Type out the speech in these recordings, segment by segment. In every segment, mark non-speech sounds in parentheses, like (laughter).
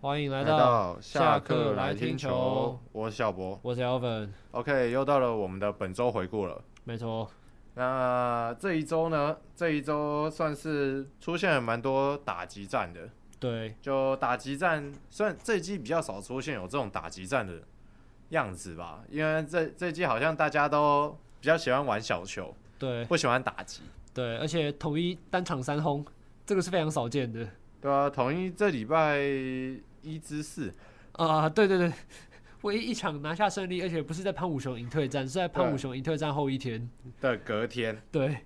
欢迎来来到，到下下课课来来听听球球，我是小博。我是 Alvin， OK，又到了我们的本周回顾了。没错，那这一周呢？这一周算是出现了蛮多打击战的。对，就打击战，虽然这一季比较少出现有这种打击战的样子吧，因为这这一季好像大家都比较喜欢玩小球，对，不喜欢打击。对，而且统一单场三轰，这个是非常少见的对啊，统一这礼拜一之四，啊、对对对，唯一一场拿下胜利，而且不是在潘武雄赢退战，是在潘武雄赢退战后一天，的隔天。对，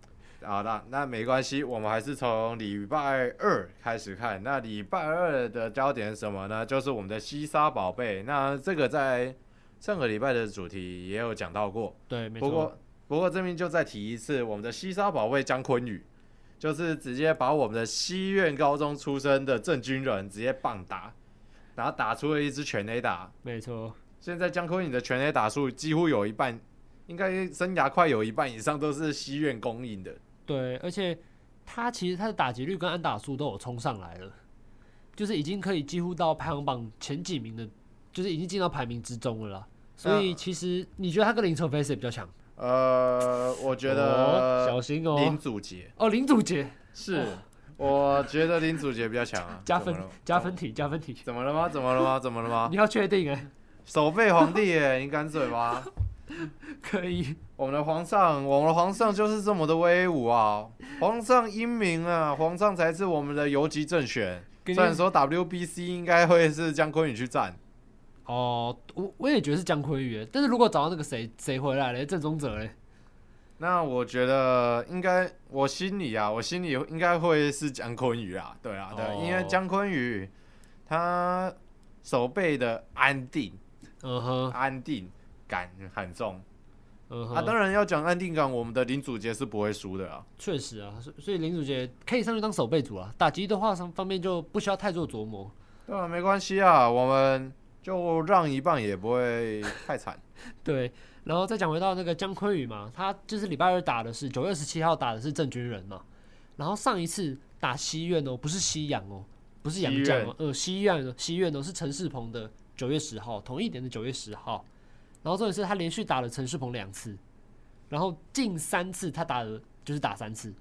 好的，那没关系，我们还是从礼拜二开始看。那礼拜二的焦点是什么呢？就是我们的西沙宝贝。那这个在上个礼拜的主题也有讲到过，对，没不错，过不过这边就再提一次，我们的西沙宝贝江坤宇，就是直接把我们的西苑高中出身的郑军人直接棒打，然后打出了一支全垒打。没错，现在江坤宇的全垒打数几乎有一半，应该生涯快有一半以上都是西苑供应的。对，而且他其实他的打击率跟安打数都有冲上来了，就是已经可以几乎到排行榜前几名的，就是已经进到排名之中了啦。所以其实你觉得他跟林晨飞谁比较强？呃，我觉哦得小心林哦，祖杰哦林祖杰是，我觉得林祖杰比较强 (laughs) 啊。加怎么分了啊加分题加分题，怎么了吗？怎么了吗？怎么了吗？你要确定哎，手背皇帝耶，你敢嘴 (laughs) 吗？可以我们的皇上，我们的皇上就是这么的威武啊！皇上英明啊，皇上才是我们的游击正选。给虽你然说 WBC 应该会是江坤宇去战，哦，我我也觉得是姜昆宇，但是如果找到那个谁谁回来嘞，郑宗哲嘞，那我觉得应该，我心里啊，我心里应该会是江坤宇啊，对啊，对啊哦因为江坤宇他手背的安定，嗯哼安定感很重、嗯啊。哼，当然要讲安定感，我们的林祖杰是不会输的啊。确实啊，所所以林祖杰可以上去当守备组啊，打击的话上方面就不需要太做琢磨。对啊，没关系啊，我们就让一半也不会太惨。对，然后再讲回到那个姜昆宇嘛，他就是礼拜二打的是九月十七号打的是郑军人嘛，然后上一次打西苑哦，不是西洋哦，不是洋将哦，呃西苑哦西苑哦是陈世鹏的九月十号，同一年的九月十号，然后重点是他连续打了陈世鹏两次，然后近三次他打的就是打三次，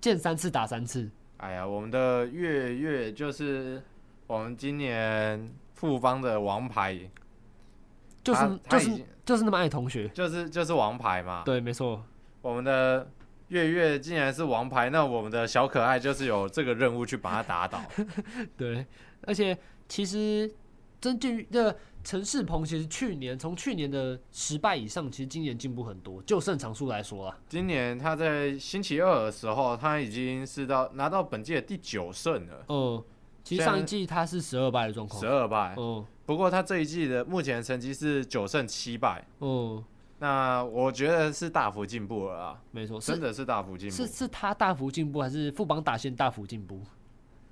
见三次打三次，哎呀，我们的月月就是我们今年复方的王牌，就是他就他已是经啊就是那么爱同学，就是就是王牌嘛。对，没错，我们的月月竟然是王牌，那我们的小可爱就是有这个任务去把他打倒。 (laughs) 对，而且其实曾俊的陈世鹏，其实去年从去年的十败以上，其实今年进步很多，就胜场数来说啊，今年他在星期二的时候，他已经是到拿到本届第九胜了，嗯，其实现在上一季他是十二败的状况十，二败。嗯不过他这一季的目前成绩是九胜七败，嗯，那我觉得是大幅进步了啊，没错，真是的是大幅进步是。是他大幅进步，还是副榜打线大幅进步？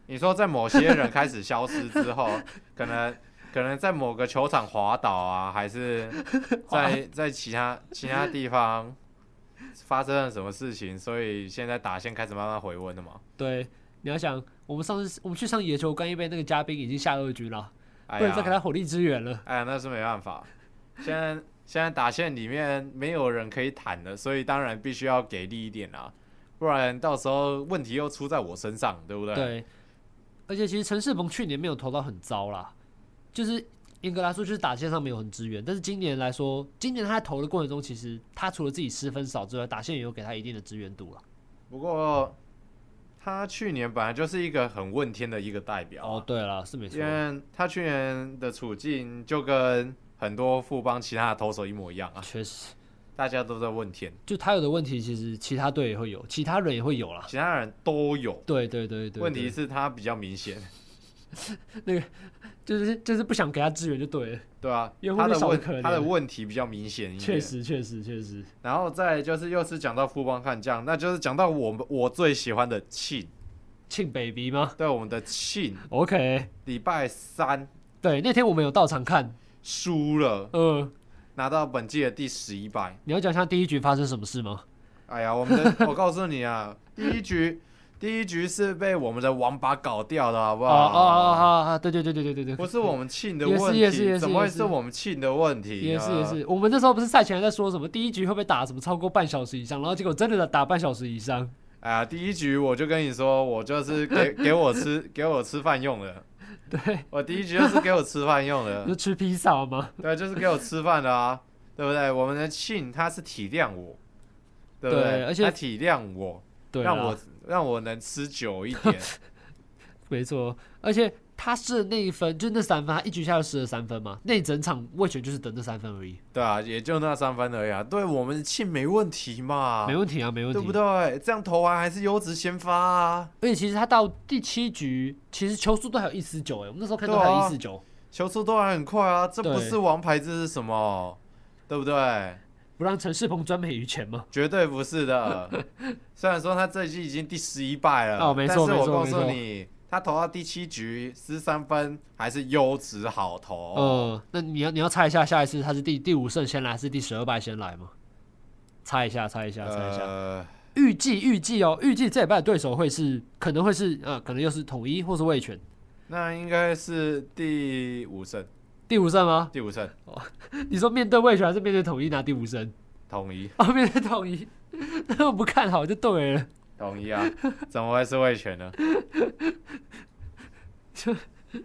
你说在某些人开始消失之后， (laughs) 可能可能在某个球场滑倒啊，(laughs) 还是在在其他其他地方发生了什么事情，所以现在打线开始慢慢回温了嘛？对，你要想，我们上次我们去上野球观一杯，那个嘉宾已经下二军了，哎不能再给他呀，火力支援了。哎呀，那是没办法。现在现在打线里面没有人可以坦的，所以当然必须要给力一点啊，不然到时候问题又出在我身上，对不对？对，而且其实陈世鹏去年没有投到很糟啦，就是严格来说就是打线上没有很支援，但是今年来说，今年他在投的过程中，其实他除了自己失分少之外，打线也有给他一定的支援度了。不过他去年本来就是一个很问天的一个代表啊、哦，对了，是没错因，为他去年的处境就跟很多富邦其他的投手一模一样啊，确实，大家都在问天，就他有的问题，其实其他队也会有，其他人也会有啦。其他人都有。对对对对，问题对是他比较明显，就是就是不想给他支援就对了，对啊因，为他后面的少得可问怜他的问题比较明显一点。确。实确实确实，然后再就是又是讲到富邦悍将，那就是讲到我们我最喜欢的庆，庆 baby 吗对我们的庆， ？OK，礼拜三对，那天我们有到场看，输了，呃，拿到本季的第十一败。你要讲一下第一局发生什么事吗？ (laughs) 哎呀，我们的我告诉你啊，第一局第一局是被我们的王八搞掉的，好不哦好？哦哦哦哦，对对对对对对对，不是我们庆的也是问也是也题，是怎么会也是是我们庆的问题？啊也是也，是，我们那时候不是赛前还在说什么第一局会不会打什么超过半小时以上，然后结果真的打半小时以上，哎呀，第一局我就跟你说，我就是 (laughs) 给给我吃给我吃饭用的，对，我第一局就是给我吃饭用你的 (laughs) 就，吃披萨吗？对，就是给我吃饭的啊，对不对？我们的庆他是体谅我，对不对而且他体谅我，对啊啦，让我让我能吃久一 (laughs) 点，没错，而且他失的那一分，就那三分，他一局下就失了三分嘛，那一整场魏权就是等这三分而已，对啊，也就那三分而已啊，对我们的庆没问题嘛，没问题啊，没问题，对不对？这样投完还是优质先发啊，而且其实他到第七局，其实球速都还有一四九哎，我们那时候看到还对有啊一四九，球速都还很快啊，这不对是王牌，这是什么？对不对？不让陈世鹏专美于前嘛。绝对不 (laughs) 是的。虽然说他这一季已经第十一败了，哦没错但是我没错告诉没你，他投到第七局失三分，还是优质好投。呃，那你要你要猜一下，下一次他是第第五胜先来，还是第十二败先来吗？猜一下，猜一下，猜一下。呃，预计预计哦，预计这礼拜的对手会是，可能会是呃，可能又是统一或是魏权。那应该是第五胜，第五胜吗？ (laughs) 第五胜，你说面对魏权还是面对统一拿第五胜？ (laughs) 统一，哦，面对统一， (laughs) 那我不看好就对了。统 (laughs) 一啊，怎么会是魏权呢？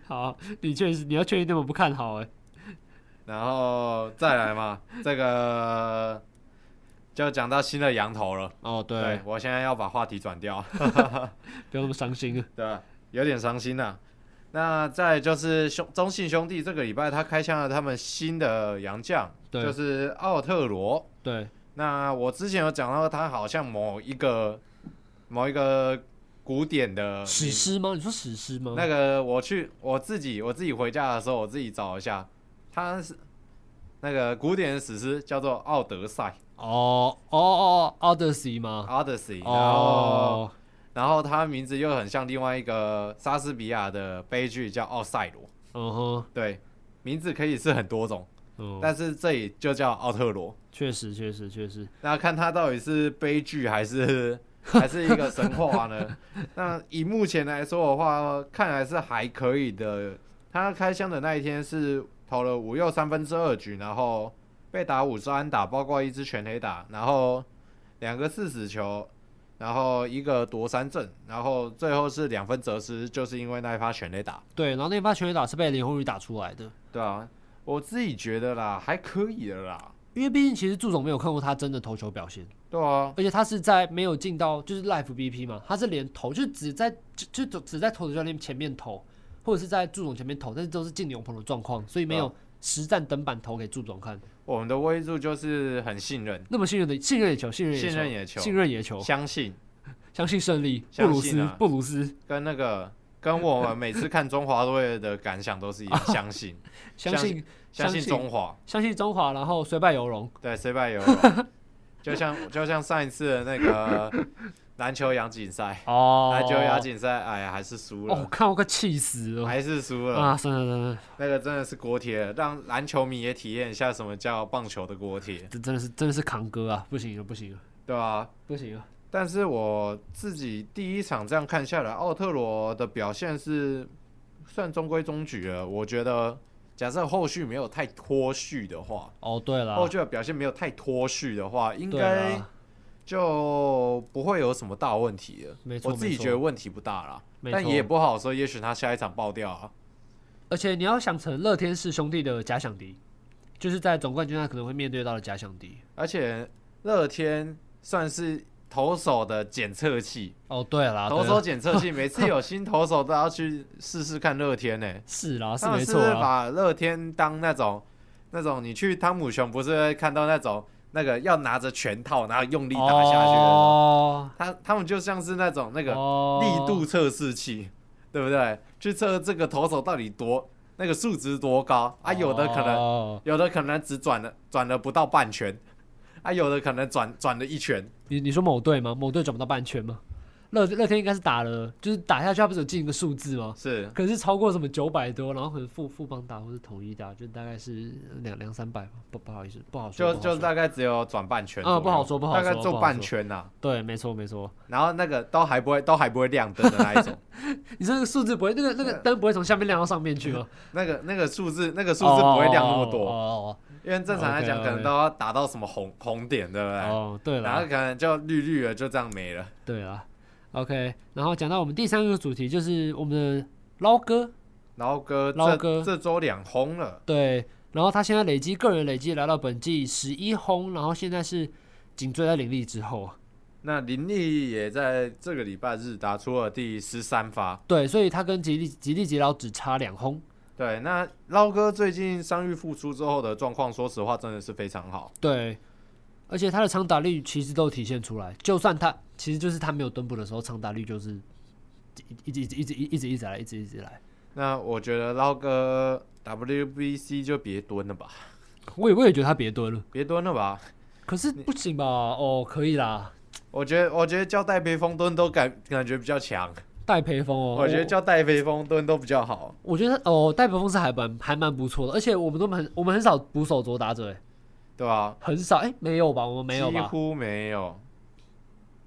好，你确实你要确定那么不看好哎。然后再来嘛，这个就讲到新的羊头了。哦，对，对，我现在要把话题转掉。不要那么伤心啊。对，有点伤心呐、啊那再就是兄中信兄弟这个礼拜他开枪了他们新的洋将，对就是奥特罗。对，那我之前有讲到他好像某一个某一个古典的史诗吗？你说史诗吗？呃那个我去我自己我自己回家的时候我自己找一下，他是那个古典的史诗叫做《奥德赛哦哦哦哦，Odyssey》吗？ （Odyssey），然后哦，然后他名字又很像另外一个莎士比亚的悲剧叫《奥赛罗》。嗯哼，对，名字可以是很多种，嗯，但是这里就叫奥特罗。确实，确实，确实，那看它到底是悲剧还是 (laughs) 还是一个神话 (laughs) 呢？那以目前来说的话，看来是还可以的。他开箱的那一天是投了五又三分之二局，然后被打五支安打，包括一支全垒打，然后两个四死球，然后一个夺三振，然后最后是两分折失，就是因为那一发全垒打。对。然后那发全垒打是被林鸿宇打出来的，对啊，我自己觉得啦，还可以的啦。因为毕竟其实祝总没有看过他真的投球表现，对啊，而且他是在没有进到就是 life BP 嘛，他是连投就只在就就就只在投手教练前面投，或者是在祝总前面投，但是都是进牛棚的状况，所以没有嗯实战登板投给祝总看。我们的威助就是很信任、那么信任的信任野球，信任信任野野球、信任野球，相信，相信胜利，布相鲁信斯啊，布鲁斯，跟那个跟我们每次看中华队的感想都是一 (laughs) 样，相信，相相信相相信信中华，相信中华，然后虽败犹荣。对，虽败犹 (laughs) 荣。就像就像上一次的那个篮球亚锦赛，哦篮球亚锦赛，哎呀，还是输哦，了，看我快气死了还是输了，啊！算了算了，那个真的是锅贴，让篮球迷也体验一下什么叫棒球的锅贴，这真的是真的是扛哥啊！不行了不行了对吧、不行了，但是我自己第一场这样看下来，奥特罗的表现是算中规中矩了。我觉得，假设后续没有太脱序的话，哦对了，后续的表现没有太脱序的话，应对啊该啦就不会有什么大问题了。没错我自己没错觉得问题不大啦，没但错也不好说，也许他下一场爆掉啊。而且你要想成乐天是兄弟的假想敌，就是在总冠军他可能会面对到的假想敌。而且乐天算是投手的检测器，哦对啦，投对手啦检测器，每次有新投手都要去试试看乐天呢、是啦啊是他们没是错不是啦，把乐天当那种那种你去汤姆熊不是会看到那种那个要拿着拳套然后用力打下去的那种，哦，他他们就像是那种那那个力力度测试器，对不对？去测这个投手到底多那个数值多高啊？有的可能、能有的可能只转了转了不到半圈，啊，有的可能转转了一圈，你你说某队吗？某队转不到半圈吗？乐乐天应该是打了，就是打下去，他不是有进一个数字吗？是可能是超过什么九百多，然后可能富富邦打或是统一打，就大概是两两三百吧，不不好意思，不好说，就不好就说大概只有转半圈嗯左右，不好说不好大概说不做好半说圈呐、对，没错没错，然后那个都还不会都还不会亮灯的那一种，你这个数字不会，那个那个灯不会从下面亮到上面 (laughs) 去吗？那个那个数字那个数哦字不会亮那么哦多，哦因为正常来讲 OK，OK 可能都要打到什么红红点，对不哦哦对？哦，对然后了可能就绿绿的就这样没了。对了，OK，然后讲到我们第三个主题就是我们的捞哥，然后哥捞这哥这周两轰了，对，然后他现在累积个人累积来到本季十一轰，然后现在是紧追在林立之后啊，那林立也在这个礼拜日打出了第十三发。对，所以他跟吉利吉利吉老只差两轰，对，那捞哥最近伤愈复出之后的状况，说实话真的是非常好。对，而且他的长打率其实都体现出来，就算他其实就是他没有蹲步的时候，长打率就是一直一直一直一直一直一直来，一直一直来。那我觉得捞哥 WBC 就别蹲了吧，我也我也觉得他别蹲了，别蹲了吧。可是不行吧？ (laughs) 哦，可以啦，我觉得，我觉得叫戴培峰蹲都感感觉比较强，戴培峰哦，我觉得叫戴培峰蹲都比较好。我觉得他哦，戴培峰是还蛮还蛮不错的，而且我们都很我们很少捕手左打者，哎对吧？很少哎、没有吧？我们没有几吧？乎没有，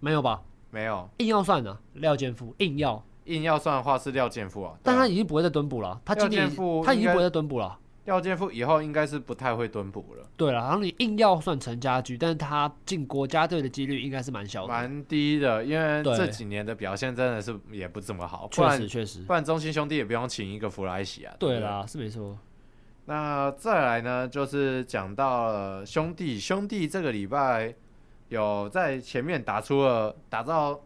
没有吧？没有。硬要算呢、啊廖健富硬要，硬要算的话是廖健富啊，但对他啊已经不会再蹲捕了，他今廖年健富他已应经该不会再蹲捕了。廖健富以后应该是不太会蹲捕了，对了，然后你硬要算陈家驹，但是他进国家队的几率应该是蛮小的。蛮低的，因为对这几年的表现真的是也不怎么好，不确然实，确实，不然中心兄弟也不用请一个弗莱西啊。对不啦，是没错。那再来呢，就是讲到了兄弟，兄弟这个礼拜有在前面打出了打到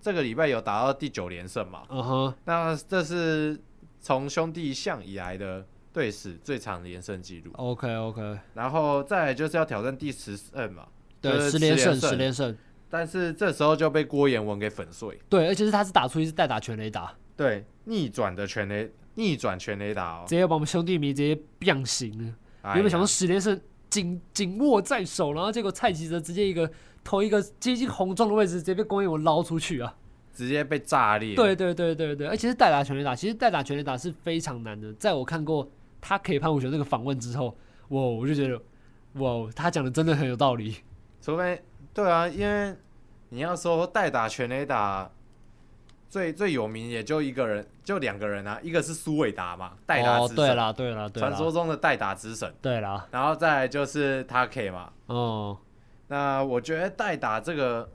这个礼拜有打到第九连胜嘛？嗯哼，那这是从兄弟象以来的队史最长连胜记录。 OK OK，然后再来就是要挑战第十胜嘛，就对，是十连胜，胜十连胜，但是这时候就被郭彦文给粉碎，对，而且是他是打出一次代打全垒打，对，逆转的全垒逆转全垒打哦直。接把我们兄弟迷直接变形了。哎原本想呀说十连胜紧紧握在手，然后结果蔡奇哲直接一个投一个接近红中的位置，直接被光彦文捞出去啊！直接被炸裂，对对对对对，而且是代打全垒打，其实代打全垒打是非常难的。在我看过他可以潘武雄那个访问之后，哇，我就觉得，哇，他讲的真的很有道理。除非对啊，因为你要说代打全垒打，最最有名也就一个人，就两个人啊，一个是苏伟达嘛，代打哦，之对神，啦对啦对传、说啦，中的代打之神，对啦，然后再来就是他 K 嘛。哦，那我觉得代打这个，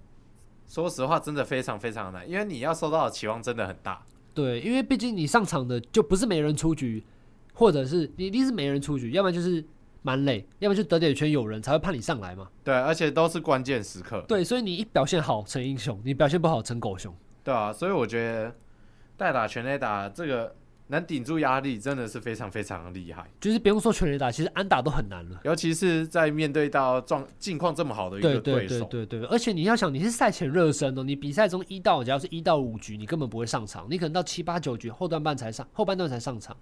说实话真的非常非常难，因为你要受到的期望真的很大。对，因为毕竟你上场的就不是没人出局，或者是你一定是没人出局，要不然就是蛮累，要不然就得点圈有人才会派你上来嘛。对，而且都是关键时刻，对，所以你一表现好成英雄，你表现不好成狗熊。对啊，所以我觉得代打全垒打这个能顶住压力，真的是非常非常的厉害。就是不用说全垒打，其实安打都很难了。尤其是在面对到状境况这么好的一对个对对手，对对对，而且你要想，你是赛前热身哦，你比赛中一到只要是一到五局，你根本不会上场，你可能到七八九局后段半才上，后半段才上场，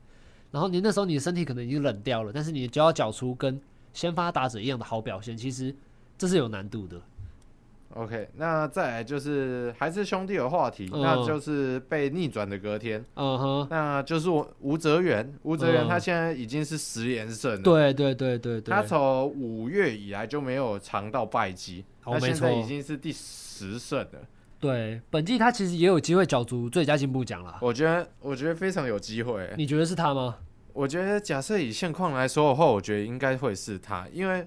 然后你那时候你的身体可能已经冷掉了，但是你只要缴出跟先发打者一样的好表现，其实这是有难度的。 OK，那再来就是还是兄弟的话题，嗯那就是被逆转的隔天，嗯哼，那就是我吴哲源，吴哲源嗯他现在已经是十连胜了，对对对对对他，从五月以来就没有尝到败绩，哦他现没错在已经是第十胜了，对本季他其实也有机会角逐最佳进步奖啦。我觉得我觉得非常有机会欸，你觉得是他吗？我觉得假设以现况来说的话，我觉得应该会是他，因为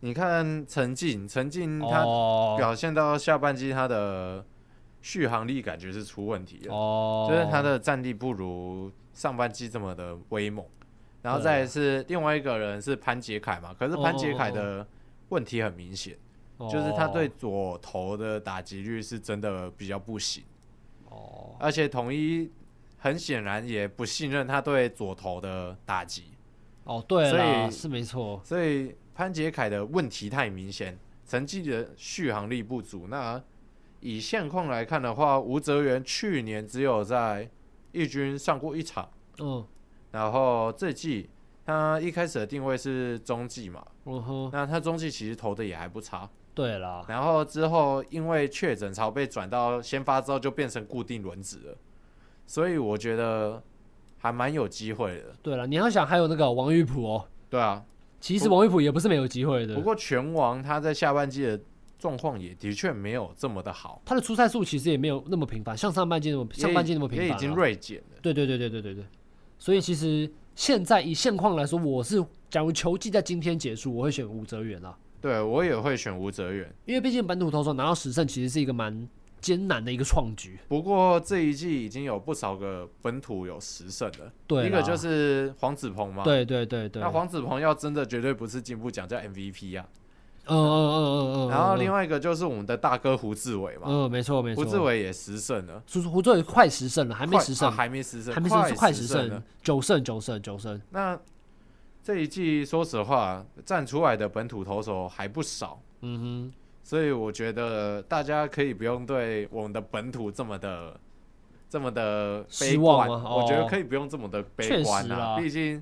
你看陈静，陈静嗯他哦表现到下半季他的续航力感觉是出问题了，哦，就是他的战力不如上半季这么的威猛。然后对哦再来是另外一个人是潘杰凯嘛，可是潘杰凯的问题很明显，就是他对左投的打击率是真的比较不行，哦而且统一很显然也不信任他对左投的打击，哦对所啦，以是没错。所以潘杰凯的问题太明显，成绩的续航力不足。那以现况来看的话，吴哲源去年只有在一军上过一场，嗯，然后这季他一开始的定位是中继嘛，嗯哼，那他中继其实投的也还不差，对啦，然后之后因为确诊潮被转到先发之后就变成固定轮值了，所以我觉得还蛮有机会的。对啦，你要想还有那个王玉普哦，对啊，其实王玉普也不是没有机会的不，过拳王他在下半季的状况也的确没有这么的好，他的出赛数其实也没有那么频繁，像上半季那么也上半季那么频繁、也已啊，经锐减了。对对对对对对对，所以其实现在以现况来说，我是假如球季在今天结束，我会选吴哲源啦，对我也会选吴哲远，因为毕竟本土投手拿到十胜其实是一个蛮艰难的一个创举。不过这一季已经有不少个本土有十胜了，对啦，一个就是黄子鹏嘛，对对对对，那黄子鹏要真的绝对不是进步奖，叫 MVP 啊。嗯嗯嗯嗯嗯，然后另外外一个就是我们的大哥胡志伟嘛，嗯没错没错，胡志伟也十胜了，叔叔胡志伟快十胜了，还没快十胜，啊还没十胜，还没十胜，快十十了胜。，九胜九胜九胜，那这一季说实话，站出来的本土投手还不少，嗯所以我觉得大家可以不用对我们的本土这么的。这么的悲失观，望吗我觉得哦可以不用这么的悲确观实啊。啦毕竟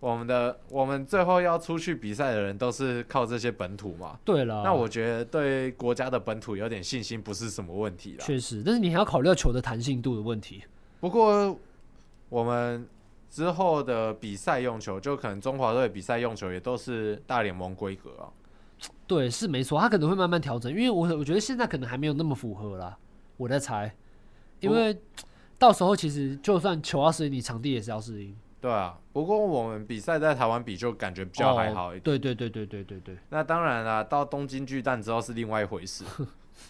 我们的我们最后要出去比赛的人都是靠这些本土嘛哼，。对了，那我觉得对国家的本土有点信心不是什么问题啦。确实，但是你还要考虑到球的弹性度的问题。不过我们之后的比赛用球，就可能中华队比赛用球也都是大联盟规格啊。对，是没错，他可能会慢慢调整，因为我我觉得现在可能还没有那么符合啦，我在猜，因不为到时候其实就算球要适应，你场地也是要适应，对啊，不过我们比赛在台湾比就感觉比较还好一哦。点。对对对对对对对，那当然啦，到东京巨蛋之后是另外一回 (laughs) 事，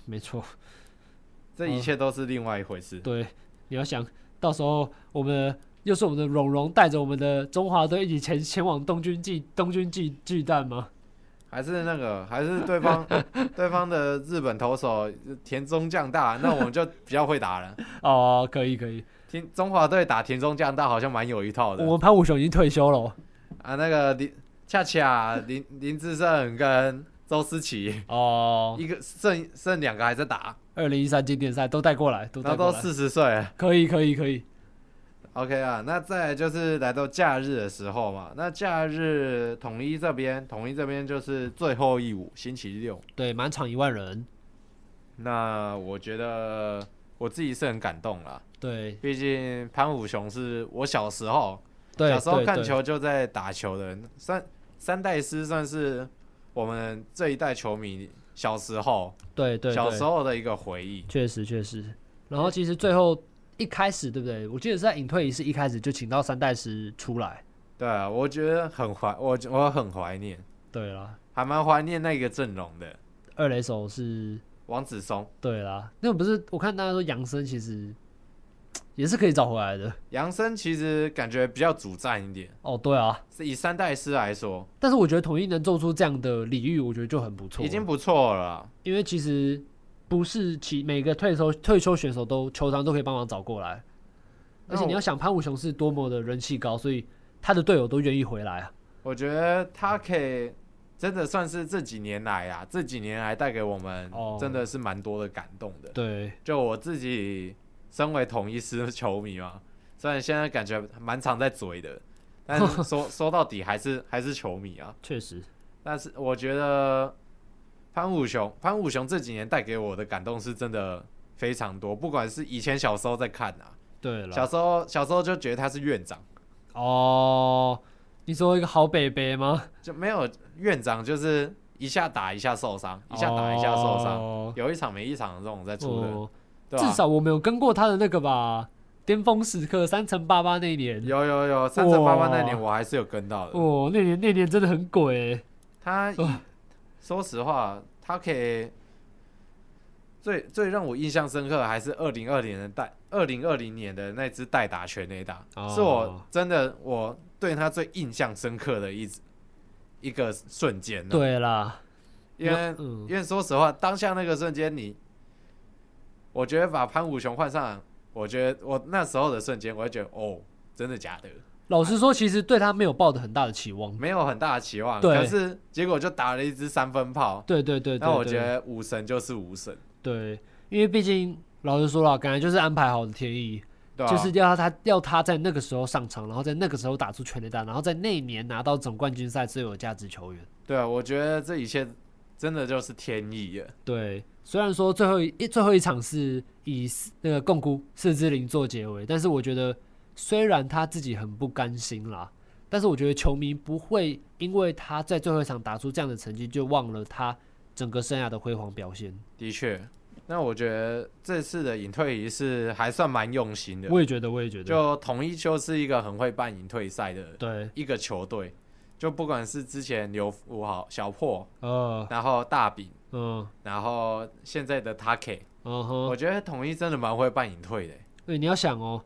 没错，这一切都是另外一回事。对，你要想到时候我们又是我们的蓉蓉带着我们的中华队一起前前往东军巨东军巨巨蛋吗？还是那个，还是对方 (laughs) 对方的日本投手田中将大，那我们就比较会 (laughs) 打了。哦，可以可以，田中华队打田中将大好像蛮有一套的我。们潘武雄已经退休了哦，啊，那个林恰恰林林志胜跟周思齐，哦，一个剩剩两个还在打，二零一三经典赛都带过来，都然带后过都来，四十岁了。可以可以可以， OK 啊，那再来就是来到假日的时候嘛，那假日统一这边，统一这边就是最后一舞，星期六。对，满场一万人，那我觉得我自己是很感动啦，对毕竟潘武雄是我小时候对，小时候对看对球就在打球的人，三三代师算是我们这一代球迷小时候对对，小对时候的一个回忆。确实确实。然后其实最后一开始对不对？我记得是在隐退仪式一开始就请到三代师出来。对啊，我觉得很怀，我我很怀念，对啦，还蛮怀念那个阵容的。二垒手是王子松、对啦，那不是我看大家说杨森其实也是可以找回来的杨森其实感觉比较主战一点，哦。对啊，是以三代师来说但是我觉得统一能做出这样的礼遇，我觉得就很不错。已经不错了啦。因为其实不是其每个退休退休选手都球场都可以帮忙找过来，而且那你我要想潘武雄是多么的人气高，所以他的队友都愿意回来啊。我觉得他可以真的算是这几年来啊，这几年来带给我们哦真的是蛮多的感动的。对，就我自己身为统一师球迷嘛，虽然现在感觉蛮常在追的，但是说 (laughs) 说到底还是还是球迷啊。确实，但是我觉得潘武雄，潘武雄这几年带给我的感动是真的非常多，不管是以前小时候在看啊，对了。小时候小时候就觉得他是院长，哦，你说一个好北北吗？就没有院长就是一下打一下受伤，一下打一下受伤，哦有一场没一场的这种在出的，哦对啊吧、至少我们有跟过他的那个吧，巅峰时刻三乘八八那一年。有有有，三乘八八那年哇我还是有跟到的。哦，那年那年真的很鬼欸， (laughs) 他哇说实话，他可以最最让我印象深刻的还是二零二零的代二零二零年的那支代打全垒打，哦是我真的我对他最印象深刻的一一个瞬间、，啊对啦，因为、嗯，因为说实话，当下那个瞬间你，我觉得把潘武雄换上，我觉得我那时候的瞬间，我会觉得哦，真的假的？老实说，其实对他没有抱着很大的期望。没有很大的期望，对可是结果就打了一支三 (laughs) 分炮。对对对对，那我觉对得无神就是无神，对，因为毕竟老实说了，感觉就是安排好的天意，对啊，就是要他要他在那个时候上场，然后在那个时候打出全垒打，然后在那一年拿到总冠军赛最有价值球员。对啊，我觉得这一切真的就是天意啊了。对，虽然说最后一一最后一场是以四那个共估四之零做结尾，但是我觉得虽然他自己很不甘心啦，但是我觉得球迷不会因为他在最后一场打出这样的成绩就忘了他整个生涯的辉煌表现。的确，那我觉得这次的隐退仪式还算蛮用心的。我也觉得，我也觉得，就统一就是一个很会办隐退赛的对，一个球队，就不管是之前刘福豪、小破，呃，然后大饼，嗯，然后现在的 Take，嗯哼，我觉得统一真的蛮会办隐退的。对，你要想哦，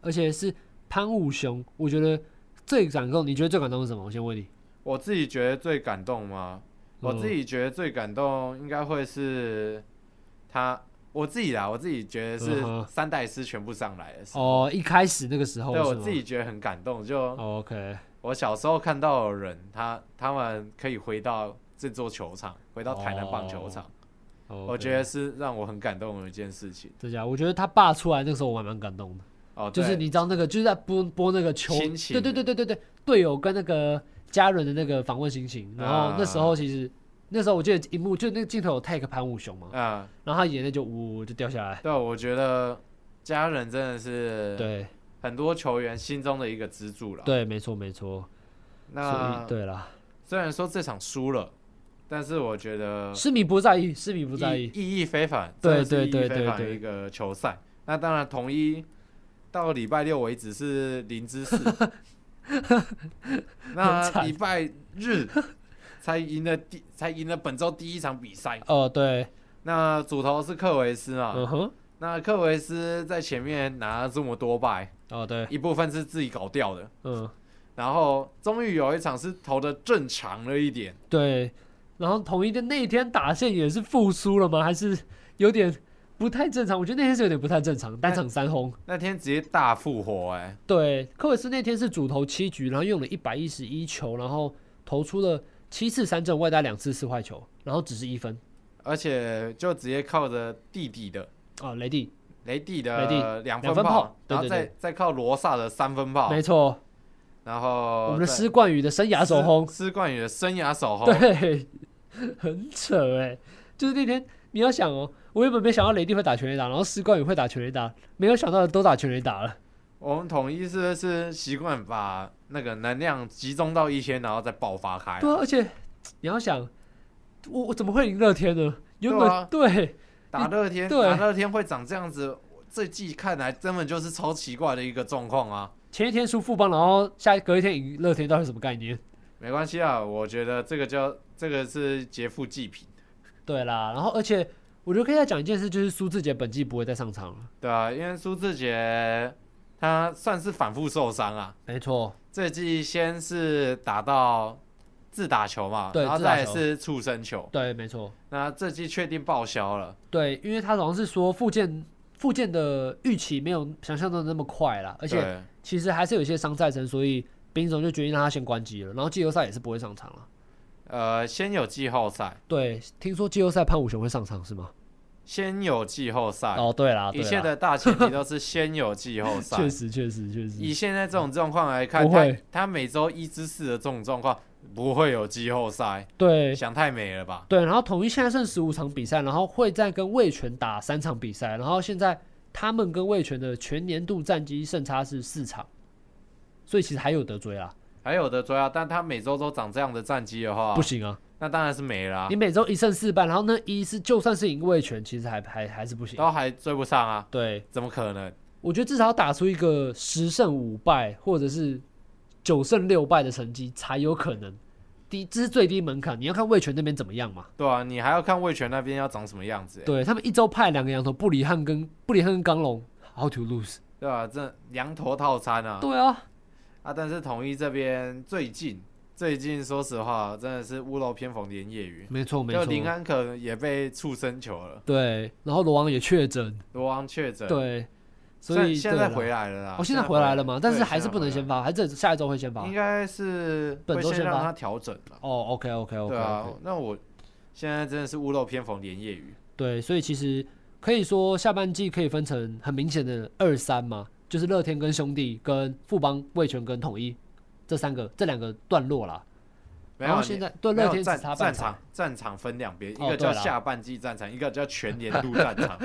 而且是潘武雄，我觉得最感动，你觉得最感动是什么？我先问你。我自己觉得最感动嗯吗？我自己觉得最感动应该会是他，我自己啦，我自己觉得嗯是哼三代师全部上来的时候，哦，一开始那个时候对是我吗自己觉得很感动。就哦 OK，我小时候看到的人，他他们可以回到这座球场，回到台南棒球场，哦我觉得得是让我很感动的一件事情。这家，啊我觉得他爸出来那个时候我还蛮感动的，哦，就是对你知道那个就是在播播那个球，亲情对对对对对对，队友跟那个家人的那个访问心情，然后啊那时候其实。那时候我记得一幕，就那个镜头有 take 潘武雄嘛，嗯，然后他眼泪就呜就掉下来。对，我觉得家人真的是对很多球员心中的一个支柱了。对，没错没错。所那以对啦，虽然说这场输了，但是我觉得市民不在意，市民不在意意。意义非凡，对真的是对对意义非凡对的对一个球赛。那当然，统一到礼拜六为止是零之四， (laughs) 很那惨礼拜日才赢了第才赢了本周第一场比赛。哦，对，那主投是克维斯啊，嗯哼，那克维斯在前面拿了这么多败，哦对，一部分是自己搞掉的，嗯，然后终于有一场是投的正常了一点。对，然后统一的那一天打线也是复苏了吗？还是有点不太正常？我觉得那天是有点不太正常，单场三轰。那天直接大复活哎、对，科维斯那天是主投七局，然后用了一百一十一球，然后投出了七次三振，外带两次四坏球，然后只是一分而且就直接靠着弟弟的啊，雷帝，雷弟雷的弟两两分分炮炮，然后对对再再靠罗萨的三分炮没，错，然后我们的再施冠宇的生涯首轰，哦施施冠宇的生涯首轰，对，很扯哎、就是那天你要想哦，我原本没想到雷帝会打全垒打，然后施冠宇会打全垒打，没有想到都打全垒打了。我们统一是是习惯把那个能量集中到一天，然后再爆发开，对啊，而且你要想，我我怎么会赢乐天呢？原对本啊对打乐天，对打乐天会长这样子，这季看来根本就是超奇怪的一个状况啊。前一天输富邦，然后下隔一天赢乐天，到底是什么概念？没关系啊，我觉得这个叫这个是劫富济贫，对啦，然后而且我觉得可以再讲一件事，就是苏志杰本季不会再上场了。对啊，因为苏志杰他算是反复受伤啊，没错，这季先是打到自打球嘛，对然后自打再来球是触身球，对，没错，那这季确定报销了。对，因为他好像是说复健复健的预期没有想象中的那么快啦，而且对其实还是有一些伤在身，所以兵总就决定让他先关机了，然后季后赛也是不会上场了。呃，先有季后赛，对，听说季后赛潘武雄会上场是吗？先有季后赛，哦，对啦，对啊一啦切的大前提都是先有季 (laughs) 后赛确。实确实确实，以现在这种状况来看，不他会他每周一至四的这种状况不会有季后赛，对，想太美了吧？对，然后统一现在剩十五场比赛，然后会再跟魏权打三场比赛，然后现在他们跟魏权的全年度战绩胜差是四场，所以其实还有得追啦。还有的追啊，但他每周都长这样的战绩的话不，行啊，那当然是没了啊、你每周一胜四败，然后那一是就算是赢魏权，其实还还还是不行。都还追不上啊，对，怎么可能？我觉得至少要打出一个十胜五败或者是九胜六败的成绩才有可能。低，这是最低门槛，你要看魏权那边怎么样嘛。对啊，你还要看魏权那边要长什么样子、欸，对他们一周派两个羊头，布里汉跟布里汉跟刚龙，how to lose？对吧、这羊头套餐啊，对啊，啊，但是统一这边最近最近说实话，真的是屋漏偏逢连夜雨，没错没就错。林安可能也被触身球了，对，然后罗王也确诊，罗王确诊，，对，所现以现在对啦回来了啦，哦，现在回来了嘛，但是对还是不能现先发，还是下一周会先在发回来。应该是本会周先先让发他调整了，哦，OK OK 对啊 OK，，那我现在真的是屋漏偏逢连夜雨，对，所以其实可以说下半季可以分成很明显的二三嘛，就是乐天跟兄弟、跟富邦、魏权跟统一这三个这两个段落啦。没然后有现你在对没乐有天只战差战半场，战场分两边，一哦个叫对啦下半季战场，一个叫全年度 (laughs) 战场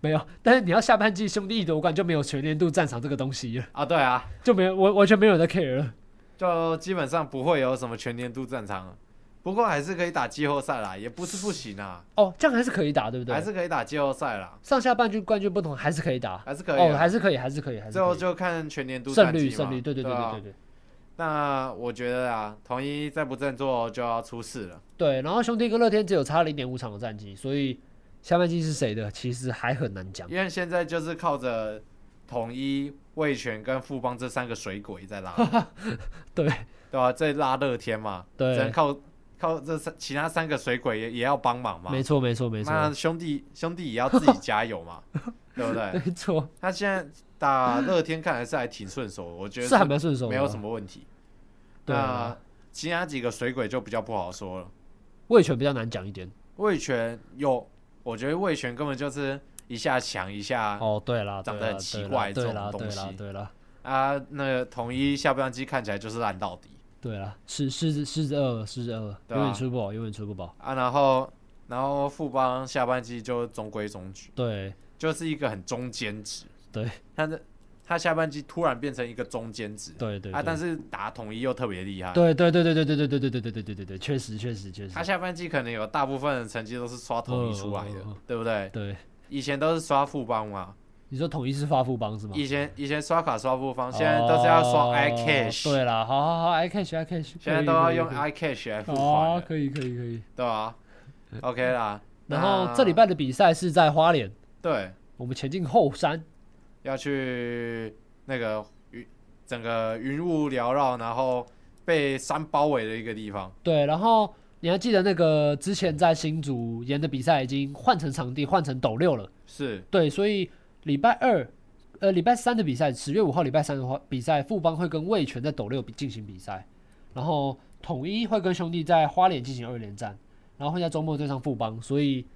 没有。但是你要下半季兄弟一夺冠就没有全年度战场这个东西了，啊。对啊，就没有我完全没有人在 care 了。就基本上不会有什么全年度战场，不过还是可以打季后赛啦，也不是不行啊，哦，这样还是可以打，对不对？还是可以打季后赛啦，上下半军冠军不同，还是可以打。还是可以哦，啊。还是可以，还是可以，还是最后可以。就看全年度胜战率，绩胜嘛。率，对对对啊对对对那我觉得啊，统一再不振作就要出事了。对。然后兄弟跟乐天只有差零点五场的战绩，所以下半季是谁的，其实还很难讲。因为现在就是靠着统一、味全跟富邦这三个水鬼在拉， (laughs) 对对吧、啊在拉乐天嘛，只能对，靠靠这三其他三个水鬼也也要帮忙嘛。没错没错没错那兄弟兄弟也要自己加油 (laughs) 嘛，对不对？没错，他现在打乐天看来是还挺顺手的，我觉得是还蛮顺手的，没有什么。么问题。对那啊，其他几个水鬼就比较不好说了。魏权比较难讲一点。魏权有，我觉得魏权根本就是一下强一下哦，对啦，啊长对得啦很奇对啦怪这对种啦东对啦西对啦啊，那个统一下半季看起来就是烂到底对啦，狮狮子狮子二狮子二，对啊永远吃不饱，永远吃不饱。啊，然后然后富邦下半季就中规中矩，对，就是一个很中间值。对，他的他下半季突然变成一个中间值对对啊，但是是打统一又特别厉害。对对对对对对对对对对对对对对对，确实确实确实他，下半季可能有大部分的成绩都是刷统一出来的，嗯嗯嗯对不对？对，以前都是刷富邦嘛，你说统一是发富邦是吗？以前以前刷卡刷富邦，现在都是要刷嗯哦 iCash，、对啦，好好好，iCash iCash，现在都要用可以 iCash 来可付以款了哦，可以可以可以。对吧、OK 啦，然后那这礼拜的比赛是在花莲，对我们前进后山，要去那个云整个云雾缭绕，然后被山包围的一个地方。对，然后。你还记得那个之前在新竹演的比赛已经换成场地，换成斗六了。是对，所以礼拜二，呃，礼拜三的比赛，十月五号礼拜三的话，比赛富邦会跟魏权在斗六比进行比赛，然后统一会跟兄弟在花莲进行二连战，然后会在周末对上富邦，所以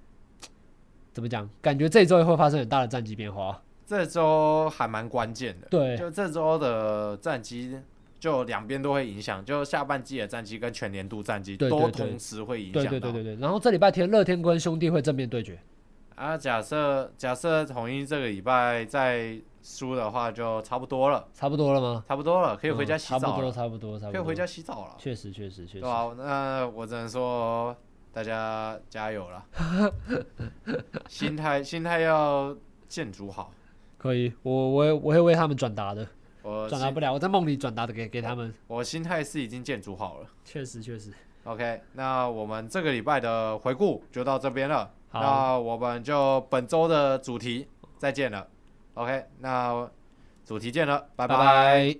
怎么讲，感觉这一周也会发生很大的战绩变化。这周还蛮关键的，对就这周的战绩，就两边都会影响，就下半季的战绩跟全年度战绩对都对对同时会影响对对到。对对对，然后这礼拜天乐天跟兄弟会正面对决，啊，假设假设统一这个礼拜再输的话，就差不多了，差不多了吗？差不多了，可以回家嗯洗差不澡多，了，差不多，差不可以多。回家洗澡了，确实，确实，确对啊实。吧、那我只能说大家加 (laughs) 油了，心态心态要建筑好。可以，我我也我会为他们转达的，我转达心不了，我在梦里转达的给给他们。我心态是已经建筑好了。确实，确实。 OK，那我们这个礼拜的回顾就到这边了。好那我们就本周的主题再见了。OK，那主题见了，拜拜拜